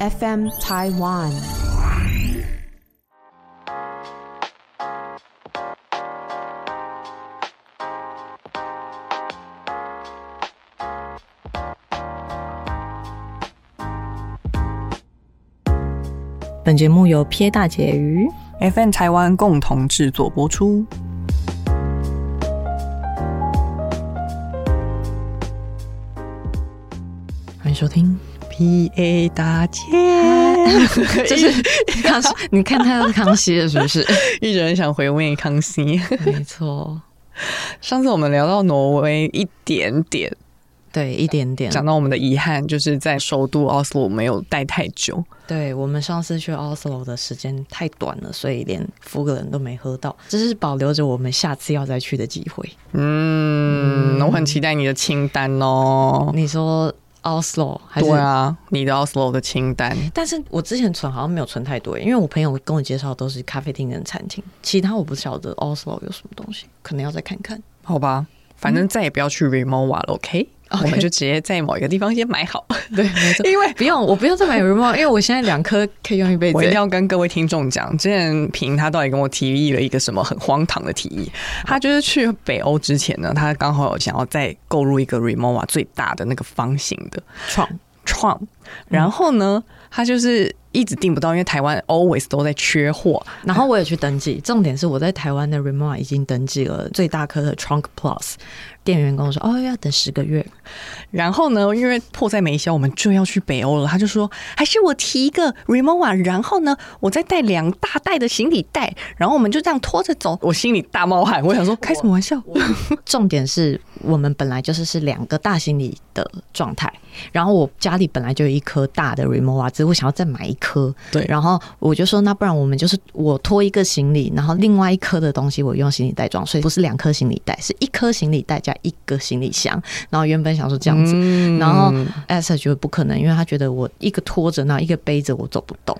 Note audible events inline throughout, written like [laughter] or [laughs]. FM Taiwan。本节目由撇大姐鱼 FN 台湾共同制作播出。欢迎收听。 PA 大姐， [laughs] 这是康熙， [laughs] 你看他要康熙了是不 [laughs] 是？ [laughs] 一直很想回味康熙。 [laughs] 没错，上次我们聊到挪威一点点，对，一点点。讲到我们的遗憾，就是在首都奥斯陆没有待太久。对我们上次去 Oslo 的时间太短了，所以连福格人都没喝到，这是保留着我们下次要再去的机会。嗯，我很期待你的清单哦。你说 Oslo 还是？对啊，你的奥斯陆的清单，但是我之前存好像没有存太多耶，因为我朋友跟我介绍都是咖啡厅跟餐厅，其他我不晓得 Oslo 有什么东西，可能要再看看。好吧，反正再也不要去 Remova 了，OK？我 OK 们就直接在某一个地方先买好。对，没 [laughs] 错，因为不用，我不用再买 remote，因为我现在两颗可以用一辈子我一定。要跟各位听众讲，之前平他到底跟我提议了一个什么很荒唐的提议。他就是去北欧之前呢，他刚好有想要再购入一个 Remova 最大的那个方形的创 Trump，然后呢，他就是一直订不到，因为台湾 always 都在缺货。然后我也去登记，重点是我在台湾的 Remote 已经登记了最大颗的 Trunk Plus，店员跟我说哦要等十个月，然后呢，因为迫在眉睫，我们就要去北欧了，他就说还是我提一个 Remova，然后呢，我再带两大袋的行李袋，然后我们就这样拖着走。我心里大冒汗，我想说开什么玩笑？重点是我们本来就是是两个大行李的状态，然后我家里本来就有一颗大的 Remova，只是我想要再买一颗，对然后我就说那不然我们就是我拖一个行李，然后另外一颗的东西我用行李袋装，所以不是两颗行李袋，是一颗行李袋加一个行李箱，然后原本想说这样子，嗯然后 a s 觉得不可能，因为他觉得我一个拖着，然后一个背着，我走不 [laughs] 动，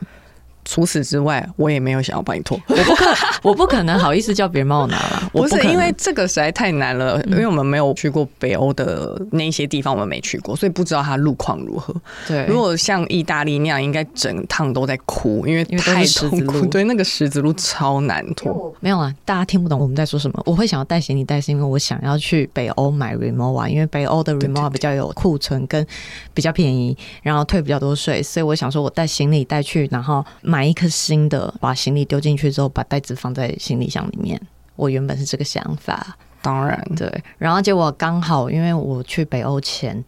除此之外，我也没有想要帮你拖， [laughs] 我不可能好意思叫别人帮我拿了，我不嗯是可能因为这个实在太难了，因为我们没有去过北欧的那些地方，我们没去过，所以不知道它路况如何。对，如果像意大利那样，应该整趟都在哭，因为因为都太是十字痛苦。路对，那个十字路超难拖。没有啊，大家听不懂我们在说什么。我会想要带行李袋，是因为我想要去北欧买 Remova，因为北欧的对 Remova 比较有库存跟比较便宜，然后退比较多税，所以我想说我带行李袋去，然后买一颗新的，把行李丢进去之后，把袋子放在行李箱里面。我原本是这个想法，当然，对，然后结果刚好因为我去北欧前，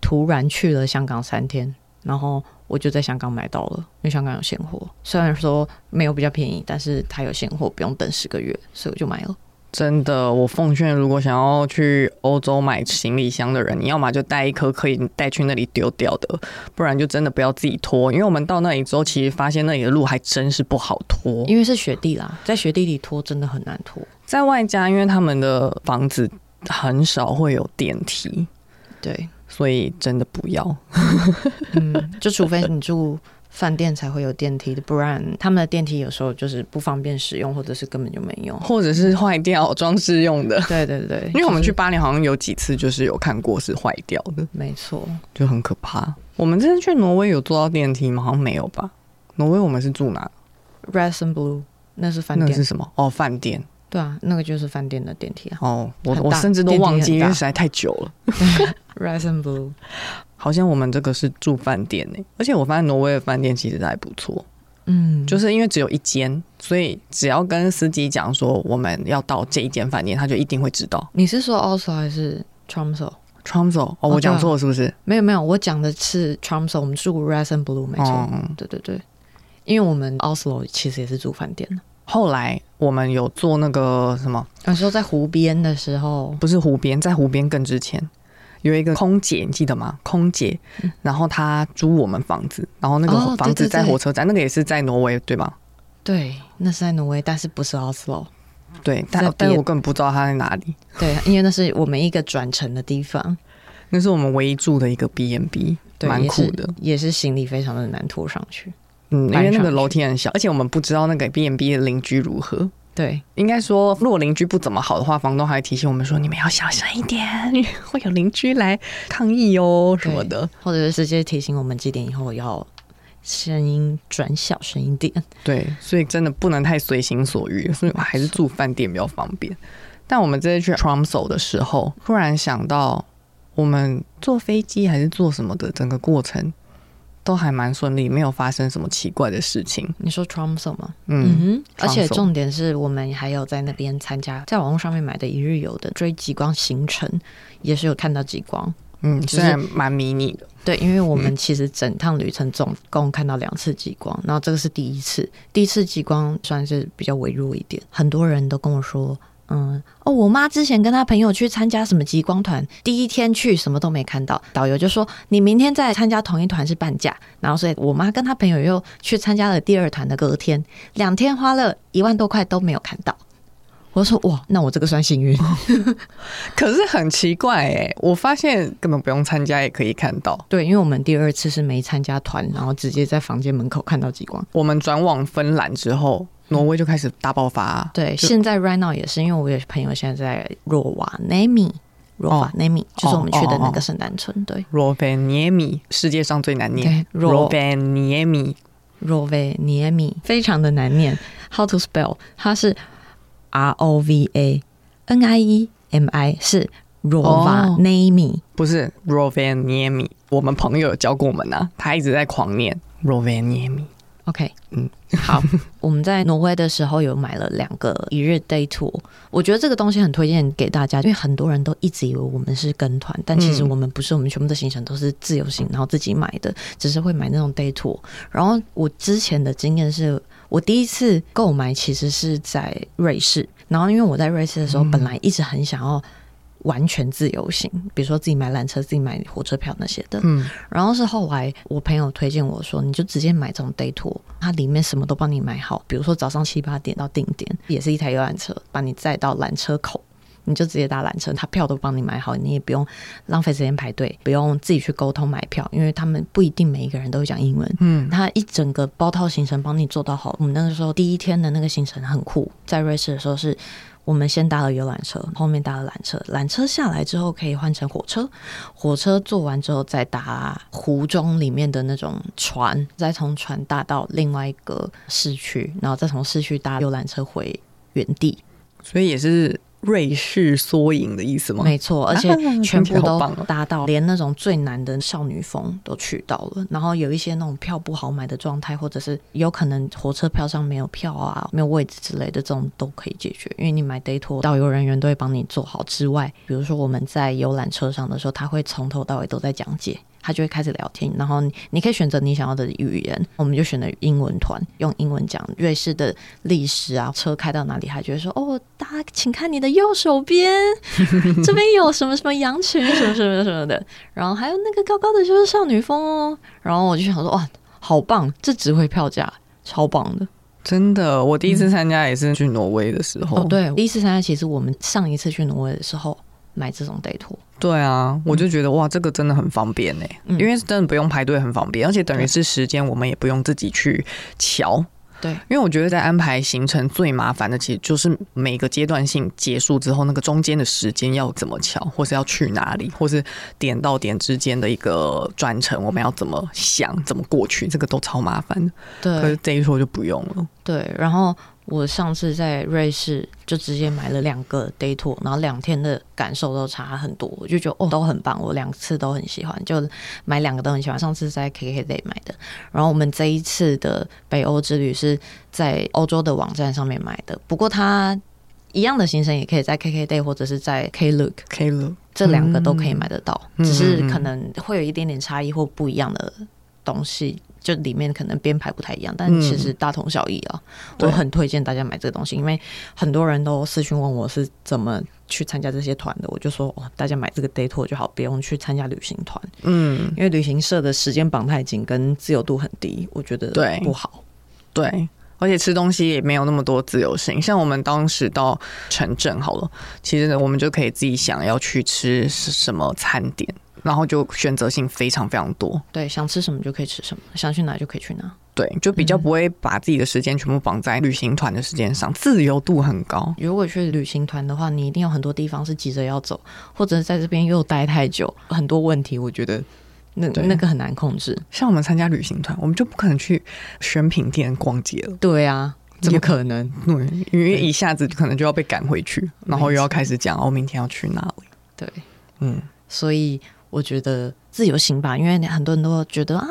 突然去了香港三天，然后我就在香港买到了，因为香港有现货，虽然说没有比较便宜，但是它有现货，不用等十个月，所以我就买哦了。真的，我奉劝，如果想要去欧洲买行李箱的人，你要么就带一颗可以带去那里丢掉的，不然就真的不要自己拖，因为我们到那里之后，其实发现那里的路还真是不好拖。因为是雪地啦，在雪地里拖真的很难拖。在外加，因为他们的房子很少会有电梯， [laughs] 对，所以真的不要。嗯，就除非你住饭店才会有电梯的，不然他们的电梯有时候就是不方便使用，或者是根本就没 [laughs] 用。或者是坏掉装饰用的， [laughs] 对对对，因为我们就去是巴黎好像有几次就是有看过是坏掉的，没错，就很可怕。我们这次去挪威有坐到电梯吗？好像没有吧。挪威我们是住哪？ Red and Blue 那是饭那个店是，什么？哦，饭店。对啊，那个就是饭店的电梯啊。哦，我很大我甚至都忘电梯记，很因大为实在太久了。 Red and Blue，好像我们这个是住饭店呢、而且我发现挪威的饭店其实还不错，嗯，就是因为只有一间，所以只要跟司机讲说我们要到这一间饭店，他就一定会知道。你是说 also 还是 Tromso？ Tromso，哦，哦我讲对啊错了是不是？没有没有，我讲的是 Tromso，我们住 r e s o n Blue，没错。哦嗯对对对，因为我们 Oslo 其实也是住饭店的。后来我们有做那个什么，有时候在湖边的时候，不是湖边，在湖边更之前。有一个空姐，你记得吗？空姐，然后她租我们房子，然后那嗯哦个对房子对在对火车站，那个也是在挪威，对吧？对，那是在挪威，但是不是 Oslo？对，但在但是别我根本不知道她在哪里。对，因为那是我们一个转乘的地方，那是我们唯一住的一个 B N B，对，蛮也酷是的。也是行李非常的难拖上去。嗯，因搬为那上个去楼梯很小，而且我们不知道那个 B N B 的邻居如何。对，应该说，如果邻居不怎么好的话，房东还会提醒我们说：“你们要小声一点，会有邻居来抗议哦什么的。或者是直接提醒我们几点以后要声音转小声一点。对，所以真的不能太随心所欲，所以我还是住饭店比较方便。但我们这次去 Tromso 的时候，突然想到，我们坐飞机还是坐什么的，整个过程都还蛮顺利，没有发生什么奇怪的事情。你说 Tromso 吗？嗯，嗯哼，而且 Tromso 重点是我们还有在那边参加，在网络上面买的一日游的追极光行程，也是有看到极光。嗯，就是虽然蛮迷你的，对，因为我们其实整趟旅程总共看到两次极光，然后这个是第一次，第一次极光算是比较微弱一点，很多人都跟我说。嗯，哦，我妈之前跟她朋友去参加什么极光团，第一天去什么都没看到，导游就说你明天再参加同一团是半价，然后所以我妈跟她朋友又去参加了第二团的隔天，两天花了一万多块都没有看到， [laughs] 我就说哇，那我这个算幸运，可是很奇怪哎、我发现根本不用参加也可以看到。对，因为我们第二次是没参加团，然后直接在房间门口看到极光。我们转往芬兰之后，挪威就开始大爆发、嗯对，就现在 right now 也是，因为我有朋友现在在若瓦内米，若瓦内米就是我们去的那个圣诞村，对 Rovaniemi 世界上最难念对若 Rovaniemi，若维涅米，非常的难念，how to spell？它是 R O V A N I E M I 是若瓦内米，不是 Rovaniemi。我们朋友有教过我们啊，他一直在狂念 Rovaniemi。 OK，嗯嗯，好，我们在挪威的时候有买了两个一日 day tour，我觉得这个东西很推荐给大家，因为很多人都一直以为我们是跟团，但其实嗯我们不是，我们全部的行程都是自由行，然后自己买的，只是会买那种 day tour。然后我之前的经验是。我第一次购买其实是在瑞士，然后因为我在瑞士的时候，嗯本来一直很想要完全自由行，比如说自己买缆车、自己买火车票那些的，嗯，然后是后来我朋友推荐我说，你就直接买这种 day tour，它里面什么都帮你买好，比如说早上七八点到定点，也是一台游览车把你载到缆车口。你就直接搭缆车，他票都帮你买好，你也不用浪费时间排队，不用自己去沟通买票，因为他们不一定每一个人都会讲英文。嗯，他一整个包套行程帮你做到好。我们那个时候第一天的那个行程很酷，在瑞士的时候是。我们先搭了游览车，后面搭了缆车，缆车下来之后可以换成火车，火车坐完之后再搭湖中里面的那种船，再从船搭到另外一个市区，然后再从市区搭游览车回原地。所以也是瑞士缩影的意思吗？没错，而且啊全听起来部好都棒哦搭到，连那种最难的少女风都去到了。然后有一些那种票不好买的状态，或者是有可能火车票上没有票啊、没有位置之类的，这种都可以解决。因为你买 day tour，导游人员都会帮你做好之外，比如说我们在游览车上的时候，他会从头到尾都在讲解。他就会开始聊天，然后你你可以选择你想要的语言，我们就选了英文团，用英文讲瑞士的历史啊，车开到哪里，他就会说哦，大家请看你的右手边， [laughs] 这边有什么什么羊群，什么什么什么的，然后还有那个高高的就是少女风哦，然后我就想说哇，好棒，这值回票价，超棒的真的，我第一次参加也是去挪威的时候。哦。对，第一次参加，其实我们上一次去挪威的时候买这种 day tour，对啊，我就觉得哇，这个真的很方便呢、嗯因为真的不用排队，很方便，而且等于是时间我们也不用自己去瞧。对，因为我觉得在安排行程最麻烦的，其实就是每个阶段性结束之后，那个中间的时间要怎么瞧，或是要去哪里，或是点到点之间的一个转乘，我们要怎么想，怎么过去，这个都超麻烦的。可是对这一说就不用了。对，然后我上次在瑞士就直接买了两个 day tour，然后两天的感受都差很多，我就觉得哦都很棒，我两次都很喜欢，就买两个都很喜欢。上次在 KKday 买的，然后我们这一次的北欧之旅是在欧洲的网站上面买的，不过它一样的行程也可以在 KKday 或者是在 Klook 可以了，这两个都可以买得到，嗯只是可能会有一点点差异或不一样的东西，就里面可能编排不太一样，但嗯其实大同小异啊。对我很推荐大家买这个东西，因为很多人都私讯问我是怎么去参加这些团的，我就说哦，大家买这个 day tour 就好，不用去参加旅行团，嗯，因为旅行社的时间绑太紧，跟自由度很低，我觉得对不好。对，而且吃东西也没有那么多自由性。像我们当时到城镇好了，其实呢，我们就可以自己想要去吃是什么餐点，然后就选择性非常非常多。对，想吃什么就可以吃什么，想去哪就可以去哪。对，就比嗯较不会把自己的时间全部绑在旅行团的时间上，自由度很高。如果去旅行团的话，你一定有很多地方是急着要走，或者在这边又待太久，很多问题，我觉得那对那个很难控制。像我们参加旅行团，我们就不可能去选品店逛街了，对啊，嗯怎么可 [laughs] 能？对，因为一下子可能就要被赶回去，然后又要开始讲哦，明天要去哪里，对，嗯，所以我觉得自由行吧，因为很多人都觉得啊，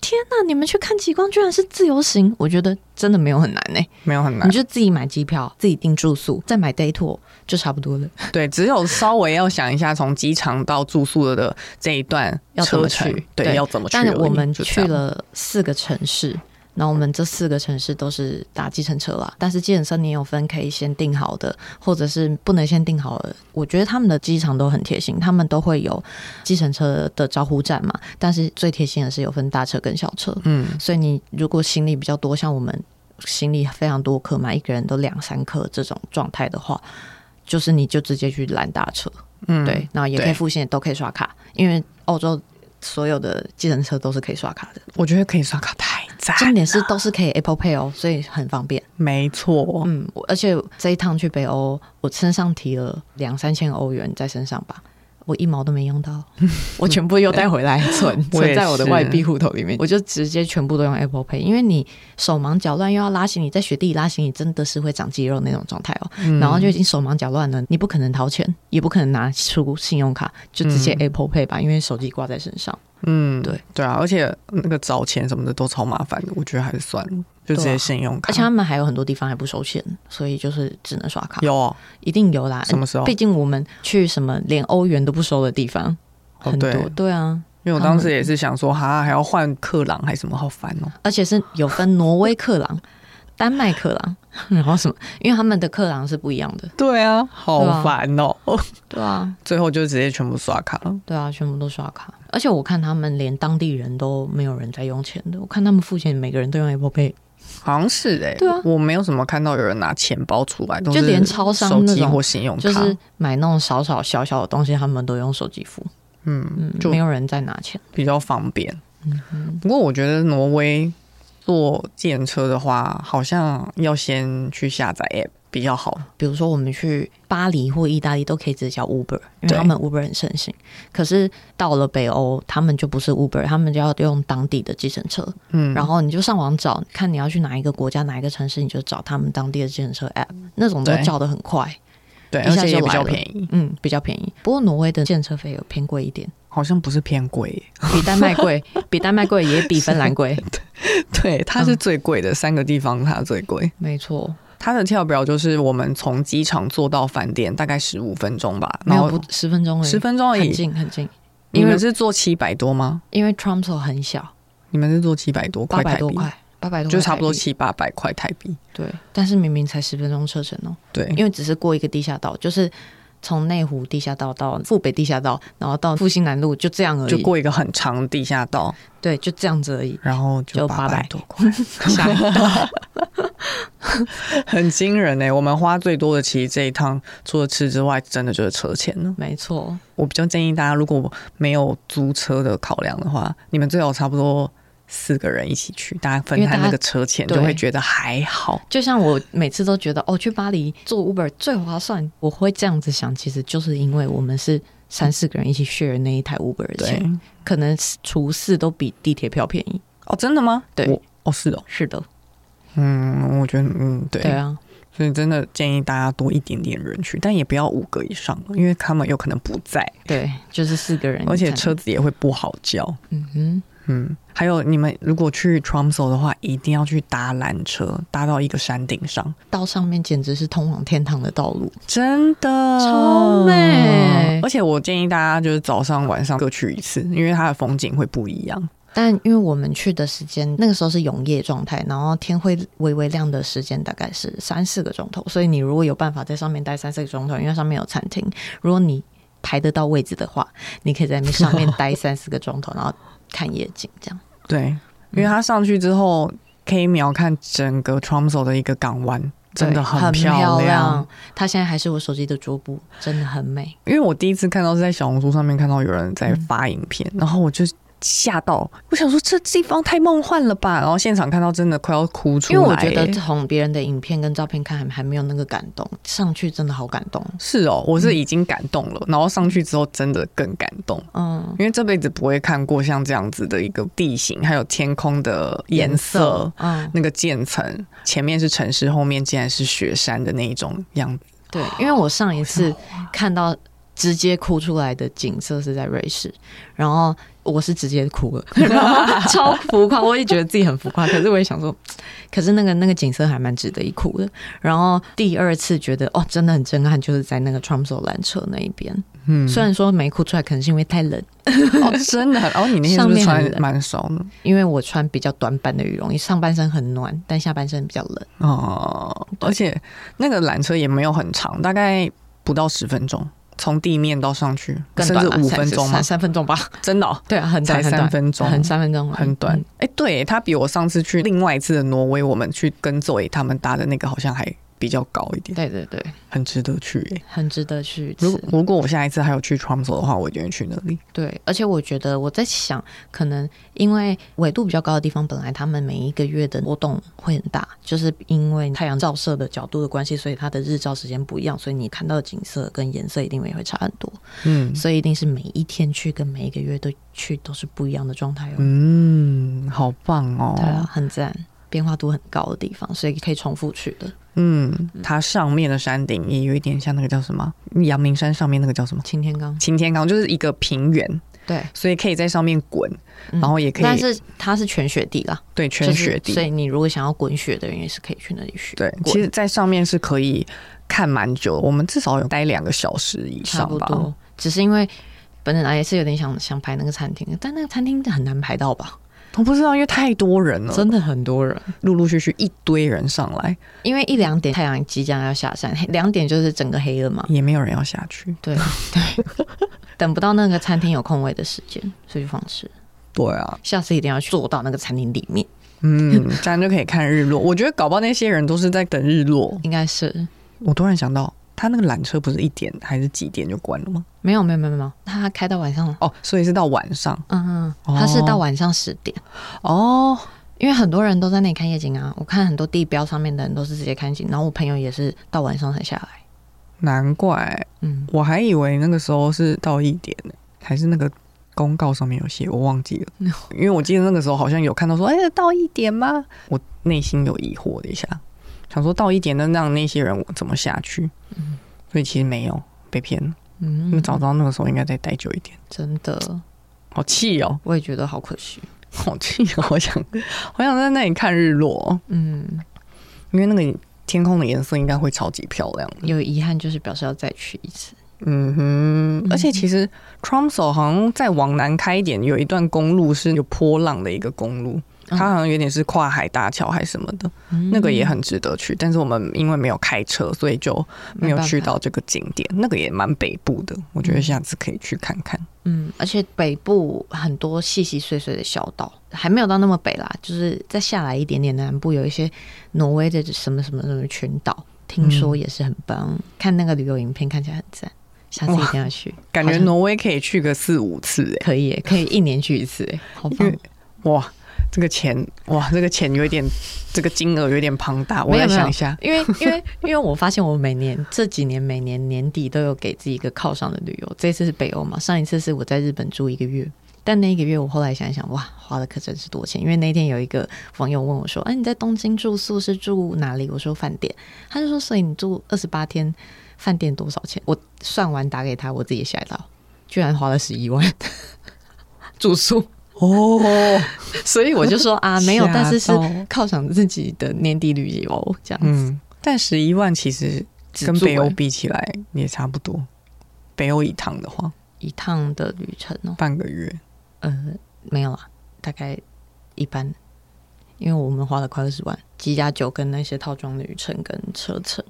天哪，你们去看极光居然是自由行，我觉得真的没有很难呢、没有很难你，就自己买机票，自己订住宿，再买 day tour 就差不多了。对，只有稍微要想一下从机场到住宿的的这一段要怎车么程去，对，对要怎么去而但已？是我们就去这样，了四个城市，那我们这四个城市都是搭计程车啦。但是计程车你有分可以先订好的，或者是不能先订好的。我觉得他们的机场都很贴心，他们都会有计程车的招呼站嘛。但是最贴心的是有分大车跟小车，嗯，所以你如果行李比较多，像我们行李非常多克嘛，一个人都两三克这种状态的话，就是你就直接去拦大车。嗯对，，然后也可对以付现，都可以刷卡，因为澳洲所有的计程车都是可以刷卡的，我觉得可以刷卡太赞，重点是都是可以 Apple Pay 哦，所以很方便。没错，嗯，我而且这一趟去北欧，我身上提了两三千欧元在身上吧。我一毛都没用 [laughs] 到，我全部又带回来存我也存在我的是外币户头里面，我就直接全部都用 Apple Pay，因为你手忙脚乱又要拉行李，在雪地里拉行李真的是会长肌肉那种状态哦。嗯然后就已经手忙脚乱了，你不可能掏钱，也不可能拿出信用卡，就直接 Apple Pay 吧，因为手机挂在身上。嗯，对对啊，而且那个找钱什么的都超麻烦的，我觉得还是算了，就直对接啊信用卡。而且他们还有很多地方还不收钱，所以就是只能刷卡，有哦一定有啦。什么时候毕？竟我们去什么连欧元都不收的地方哦很多，对对啊，因为我他当们时也是想说，哈，还要换克朗还是什么，好烦哦。而且是有分挪威克朗、丹麦克朗， [laughs] 然后什么，因为他们的克朗是不一样的。对啊，好烦哦。对啊，最后就直接全部刷卡了。对啊，全部都刷卡。而且我看他们连当地人都没有人在用钱的，我看他们付钱，每个人都用 Apple Pay。好像是哎、对啊我没有什么看到有人拿钱包出来，都是就连超商手那机种或信用卡，就是买那种少少小小的东西，他们都用手机付，嗯，就没有人再拿钱。比较方便。嗯不过我觉得挪威坐电车的话，好像要先去下载 app 比较好。比如说我们去巴黎或意大利都可以直接叫 Uber，因为对他们 Uber 很盛行。可是到了北欧，他们就不是 Uber，他们就要用当地的计程车。嗯，然后你就上网找，看你要去哪一个国家、哪一个城市，你就找他们当地的计程车 App，那种都对叫的很快，对，一而下且也就比来较了便宜，嗯，比较便宜。不过挪威的计程车费有偏贵一点，好像不是偏贵耶。比丹麦贵，比丹麦贵也比芬兰贵， [laughs] 对，它是嗯最贵的、三个地方，它最贵。没错，它的跳表就是我们从机场坐到饭店大概十五分钟吧，没然有后不十分钟而已，十分钟而很已。近很近。你因为们是坐七百多吗？因为 Tromso 很小，你们是坐七百多八块百台多币，块，八百多就差不多台币七八百块台币。对，但是明明才十分钟车程哦、对，因为只是过一个地下道，就是从内湖地下道到富北地下道，然后到复兴南路，就这样而已。就过一个很长的地下道，，对，就这样子而已然后就就八百800多 [laughs] 块，吓一跳很惊人哎、我们花最多的其实这一趟，除了吃之外，真的就是车钱了。没错，我比较建议大家，如果没有租车的考量的话，你们最好差不多四个人一起去，大家分因为大摊家那个车钱，对就会觉得还好。就像我每次都觉得哦，去巴黎坐 Uber 最划算，我会这样子想，其实就是因为我们是三四个人一起 share 那一台 Uber 的对钱，，可能除四都比地铁票便宜。哦，真的吗？对我，哦，是哦，是的，嗯，我觉得，嗯，对，对啊，所以真的建议大家多一点点人去，但也不要五个以上了，因为他们有可能不在，对，就是四个人，而且车，子也会不好叫。嗯哼，嗯，还有你们如果去 Tromso 的话，一定要去搭缆车，搭到一个山顶上，到上面简直是通往天堂的道路。真的超美而且我建议大家就是早上晚上各去一次，因为它的风景会不一样。但因为我们去的时间那个时候是永夜状态，然后天会微微亮的时间大概是三四个钟头，所以你如果有办法在上面待三四个钟头，因为上面有餐厅，如果你排得到位置的话，你可以在那上面待三四个钟头，然后看夜景这样。对，因为它上去之后可以秒看整个 Tromso 的一个港湾，真的对很漂漂。它现在还是我手机的桌布，真的很美。因为我第一次看到是在小红书上面看到有人在发影片，然后我就吓到，我想说这地方太梦幻了吧，然后现场看到真的快要哭出因来、为我觉得欸从别人的影片跟照片看还还没有那个感动，上去真的好感动。是哦，我是已经感动了，然后上去之后真的更感动。嗯，因为这辈子不会看过像这样子的一个地形，还有天空的颜色，嗯，那个渐层，前面是城市，后面竟然是雪山的那一种样子。对，因为我上一次看到直接哭出来的景色是在瑞士，然后我是直接哭了， [laughs] 然后超浮夸，我也觉得自己很浮夸，可是我也想说，可是那个那个景色还蛮值得一哭的。然后第二次觉得哦，真的很震撼，就是在那个 Tromso 缆车那一边，嗯，虽然说没哭出来，可能是因为太冷，哦，真的很哦，你那天是不是上面很穿冷蛮熟的？因为我穿比较短版的羽绒衣，上半身很暖，但下半身比较冷。哦，而且那个缆车也没有很长，大概不到十分钟，从地面到上去，更甚短至了五分钟三嘛三，三分钟吧？真的、哦、对啊，很才短，很三短，分钟，很三分钟，很短嗯。哎、对，它比我上次去另外一次的挪威，我们去跟作为他们搭的那个好像还比较高一点，对对对，很值得去、欸。很值得去一如次。如果我下一次还有去 Tromso 的话，我一定会去那里。对，而且我觉得我在想，可能因为纬度比较高的地方，本来他们每一个月的波动会很大，就是因为太阳照射的角度的关系，所以它的日照时间不一样，所以你看到的景色跟颜色一定也会差很多。嗯所以一定是每一天去跟每一个月都去都是不一样的状态哦。嗯，好棒哦。对啊，很赞，变化度很高的地方，所以可以重复去的。嗯，它上面的山顶也有一点像那个叫什么阳明山上面那个叫什么擎天岗，擎天岗，就是一个平原，对，所以可以在上面滚，嗯然后也可以、但是它是全雪地啦，对就圈是雪地。所以你如果想要滚雪的人，也是可以去那里学。对，滚其实，在上面是可以看蛮久的，我们至少有待两个小时以差上不吧。多，只是因为本来也是有点想想排那个餐厅，但那个餐厅很难排到吧？我不知道，因为太多人了，真的很多人，陆陆续续一堆人上来，因为一两点太阳即将要下山， [laughs] 嘿两点就是整个黑了嘛。也没有人要下去。对对， [laughs] 等不到那个餐厅有空位的时间，所以就放弃。对啊，下次一定要坐到那个餐厅里面，嗯， [laughs] 这样就可以看日落。我觉得搞不好那些人都是在等日落。应该是我突然想到，他那个缆车不是一点还是几点就关了吗？没有没有没有没有，他开到晚上了。哦，所以是到晚上嗯，哦嗯，他是到晚上十点，哦。因为很多人都在那里看夜景啊。我看很多地标上面的人都是直接看夜景，然后我朋友也是到晚上才下来。难怪嗯，我还以为那个时候是到一点呢，还是那个公告上面有写，我忘记了。因为我记得那个时候好像有看到说，哎、到一点吗？我内心有疑惑了一下，想说到一点，那让那些人我怎么下去？所以其实没有被骗了。嗯那早知道那个时候应该再待久一点。真的，好气哦，我也觉得好可惜。好气哦！我想， [laughs] 我想在那里看日落哦，嗯，因为那个天空的颜色应该会超级漂亮的。有遗憾就是表示要再去一次。嗯哼，而且其实 Tromso 好像再往南开一点，有一段公路是有波浪的一个公路，它嗯好像有点是跨海大桥还是什么的，嗯那个也很值得去。但是我们因为没有开车，所以就没有去。办法到这个景点。那个也蛮北部的，我觉得下次可以去看看。嗯，而且北部很多细细碎碎的小岛，还没有到那么北啦，就是再下来一点点，南部有一些挪威的什么什么什么群岛，听说也是很棒。看那个旅游影片看起来很赞，下次一定要去。感好觉像挪威可以去个四五次、欸，可以耶，可以一年去一次耶，好因棒为！哇，这个钱，哇，这个钱有一点，这个金额有点庞大。我没来有没有想一下，因为因为因为我发现我每年这几年每年年底都有给自己一个犒赏的旅游，这次是北欧嘛，上一次是我在日本住一个月。但那一个月，我后来想一想，哇，花的可真是多钱。因为那天有一个网友问我说：“哎、你在东京住宿是住哪里？”我说嗯饭店，他就说：“所以你住二十八天，饭店多少钱？”我算完打给他，我自己吓到，居然花了十一 [laughs] 万住宿。哦， [laughs] 所以我就说啊，没有，吓但是是到犒赏自己的年底旅游这样子。 [laughs] 嗯，但十一万其实只跟住北欧欸比起来也差不多。北欧一趟的话，一趟的旅程哦，半个月，呃，没有啦，大概一般，因为我们花了快二十万，机加酒跟那些套装旅程跟车程。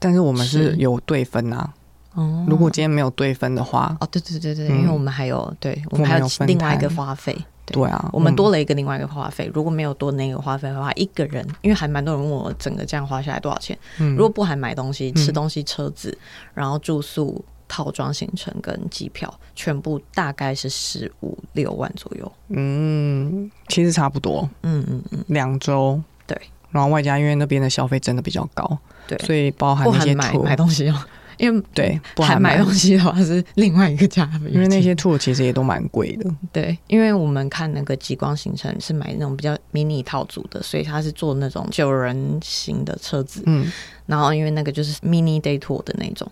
但是我们是是有对分啊。哦如果今天没有对分的话，哦，对对对对，嗯因为我们还有，对我我们们还有有分另外一个摊花费，对对啊，我们多嗯了一个另外一个花费。如果没有多那个花费的话，一个人，因为还蛮多人问我整个这样花下来多少钱，嗯如果不含买东西、嗯吃东西、车子，然后住宿、套装行程跟机票，全部大概是十五六万左右。嗯，其实差不多嗯嗯嗯，两周。对，然后外加因为那边的消费真的比较高，对所以包含不那些含买 tour，买东西哦，因为对，不含含买东西的话是另外一个价格，因为那些 tour 其实也都蛮贵的。对，因为我们看那个极光行程是买那种比较迷你套组的，所以它是坐那种九人型的车子，嗯，然后因为那个就是 mini day tour 的那种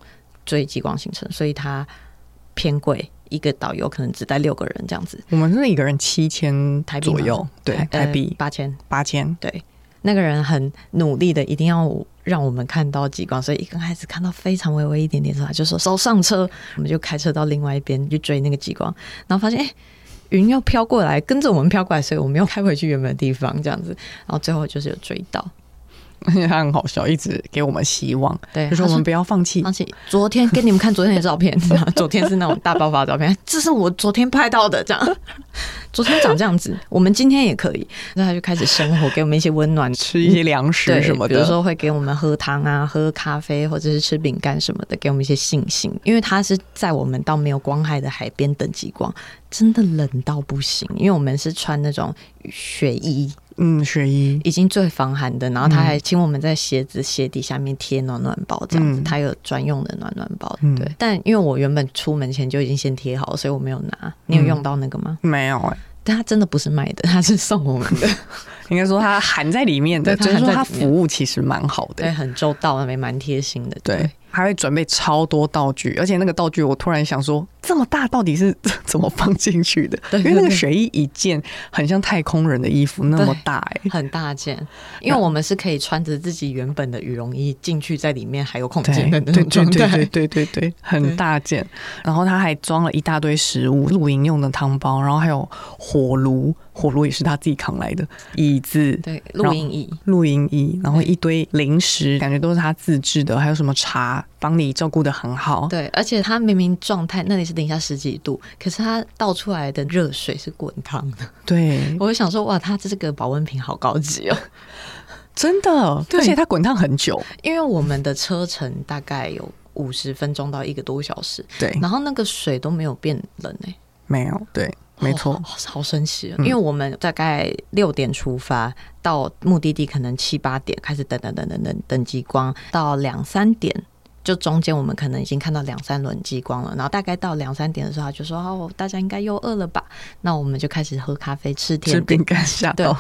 追极光行程，所以它偏贵，一个导游可能只带六个人这样子，我们是一个人七千台币吗左右，对，台币八千。八千。 [laughs] 那个人很努力的，一定要让我们看到极光，所以一刚开始看到非常微微一点点的时候，他就说手上车，我们就开车到另外一边去追那个极光，然后发现哎。诶云要飘过来，跟着我们飘过来，所以我们又开回去原本的地方，这样子。然后最后就是有追到，而且他很好笑，一直给我们希望，对，嗯就说他我们不要放弃。放弃。昨天给你们看昨天的照片，然后昨天是那种大爆发的照片， [laughs] 这是我昨天拍到的，这样。昨天长这样子，我们今天也可以。那他就开始生活，给我们一些温暖，吃一些粮食对，什么的，比如说会给我们喝汤啊、喝咖啡或者是吃饼干什么的，给我们一些信心。因为它是在我们到没有光害的海边等极光，真的冷到不行。因为我们是穿那种雪衣，嗯，雪衣，已经最防寒的，然后他还请我们在鞋子鞋底下面贴暖暖包，这样子，嗯他有专用的暖暖包。嗯对，但因为我原本出门前就已经先贴好了，所以我没有拿。你有用到那个吗？没有哎、但它真的不是卖的，它是送我们 [laughs] 的，应该说它含在里面的，对就它是含在说里面它服务其实蛮好对，的，很周到，也蛮贴心的。对，还会准备超多道具，而且那个道具我突然想说，这么大到底是 [laughs] 怎么放进去的？对因为那对个对雪衣一件很像太空人的衣服那么大 [laughs] 哎、很大件，因为我们是可以穿着自己原本的羽绒衣进去，在里面还有空间的对对那对种对状态。对对对对， [laughs] 很大件。然后他还装了一大堆食物，露营用的汤包，然后还有火炉，火炉也是他自己扛来的，椅子，对，然录后音椅，露营椅，然后一堆零食，感觉都是他自制的，还有什么茶，帮你照顾的很好。对，而且它明明状态那里是零下十几度，可是它倒出来的热水是滚烫 [laughs] 的。对，我就想说，哇，它这个保温瓶好高级哦！ [laughs] 真的，对而且它滚烫很久。因为我们的车程大概有五十分钟到一个多小时，对，然后那个水都没有变冷哎、没有，对，没错哦，好好神奇、哦！嗯因为我们大概六点出发，到目的地可能七八点开始等等等等等等极光，到两三点。就中间我们可能已经看到两三轮极光了，然后大概到两三点的时候，他就说：“哦，大家应该又饿了吧？”那我们就开始喝咖啡、吃吃甜点。饼干吓对到。，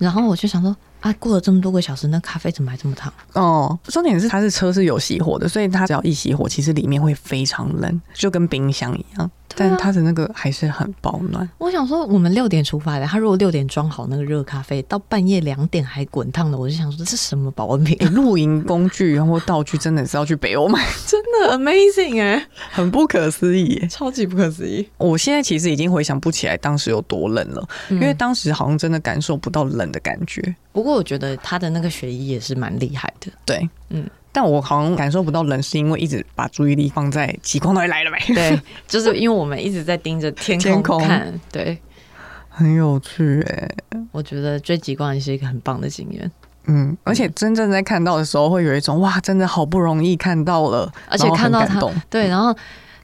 然后我就想说：“啊，过了这么多个小时，那咖啡怎么还这么烫？”哦，重点是它是车是有熄火的，所以它只要一熄火，其实里面会非常冷，就跟冰箱一样。对啊但它的那个还是很保 [laughs] 暖。我想说，我们六点出发的，他如果六点装好那个热咖啡，到半夜两点还滚烫的，我就想说这是什么保温瓶？ [laughs] 诶露营工具或道具真的是要去北欧买，真的 amazing 哎、很不可思议耶。超级不可思议。我现在其实已经回想不起来当时有多冷了，嗯因为当时好像真的感受不到冷的感觉。不过我觉得他的那个学医也是蛮厉害 [laughs] 的，对，嗯嗯，但我好像感受不到冷，是因为一直把注意力放在极光到底来了没？对，就是因为我们一直在盯着天天空看，对， [laughs] 很有趣哎、我觉得追极光也是一个很棒的经验，嗯，而且真正在看到的时候，会有一种哇，真的好不容易看到了，而且然后看很到感它 [laughs] 动，对，然后。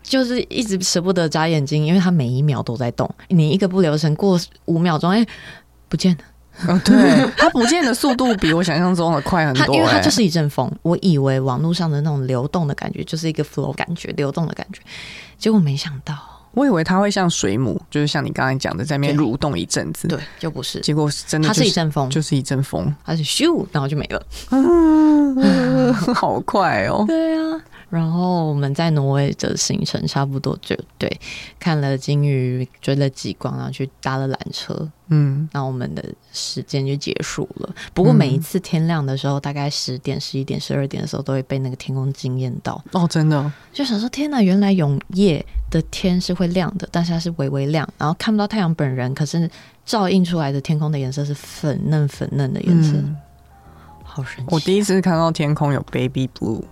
就是一直舍不得眨眼睛，因为它每一秒都在动，你一个不留神过五秒钟，哎、不见了。嗯，对，它不见的速度比我想象中的快很它多、欸，因为它就是一阵风，我以为网络上的那种流动的感觉就是一个 flow 感觉，流动的感觉，结果没想到，我以为它会像水母，就是像你刚才讲的，在那边对蠕动一阵子，对，就不是，结果是真的、它就是一阵风，就是一阵风，它是咻，然后就没了。[laughs] 嗯，好快哦，对啊，然后我们在挪威的行程差不多就对，看了鲸鱼，追了极光，然后去搭了缆车，嗯。那我们的时间就结束了。不过每一次天亮的时候，大概十点、十一点、十二点的时候，都会被那个天空惊艳到，哦，真的，就想说天哪，原来永夜的天是会亮的，但是它是微微亮，然后看不到太阳本人，可是照映出来的天空的颜色是粉嫩粉嫩的颜色，嗯，好神奇。我第一次看到天空有 baby blue，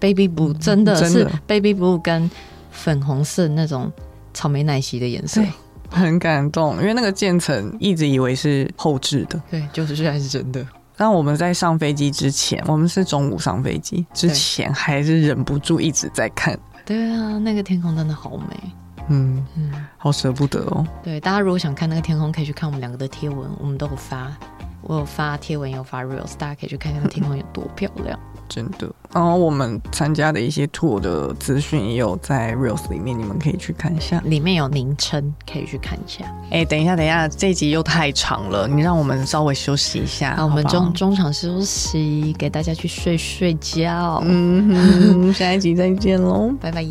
baby blue 真的嗯真是的 baby blue 跟粉红色那种草莓奶昔的颜色，很感动，因为那个渐层一直以为是后置的。对，就是居然是真的，但我们在上飞机之前，我们是中午上飞机之前，还是忍不住一直在看，对啊，那个天空真的好美。嗯，嗯，好舍不得哦。对，大家如果想看那个天空，可以去看我们两个的贴文，我们都有发，我有发贴文，也有发 reels，大家可以去看看那个天空有多漂亮。真的。然后我们参加的一些 tour 的资讯也有在 reels 里面，你们可以去看一下。里面有名称，可以去看一下。哎、等一下，等一下，这集又太长了，你让我们稍微休息一下。好，我们不好中中场休息，给大家去睡睡觉。嗯 [laughs] 嗯哼，下一集再见喽。拜拜。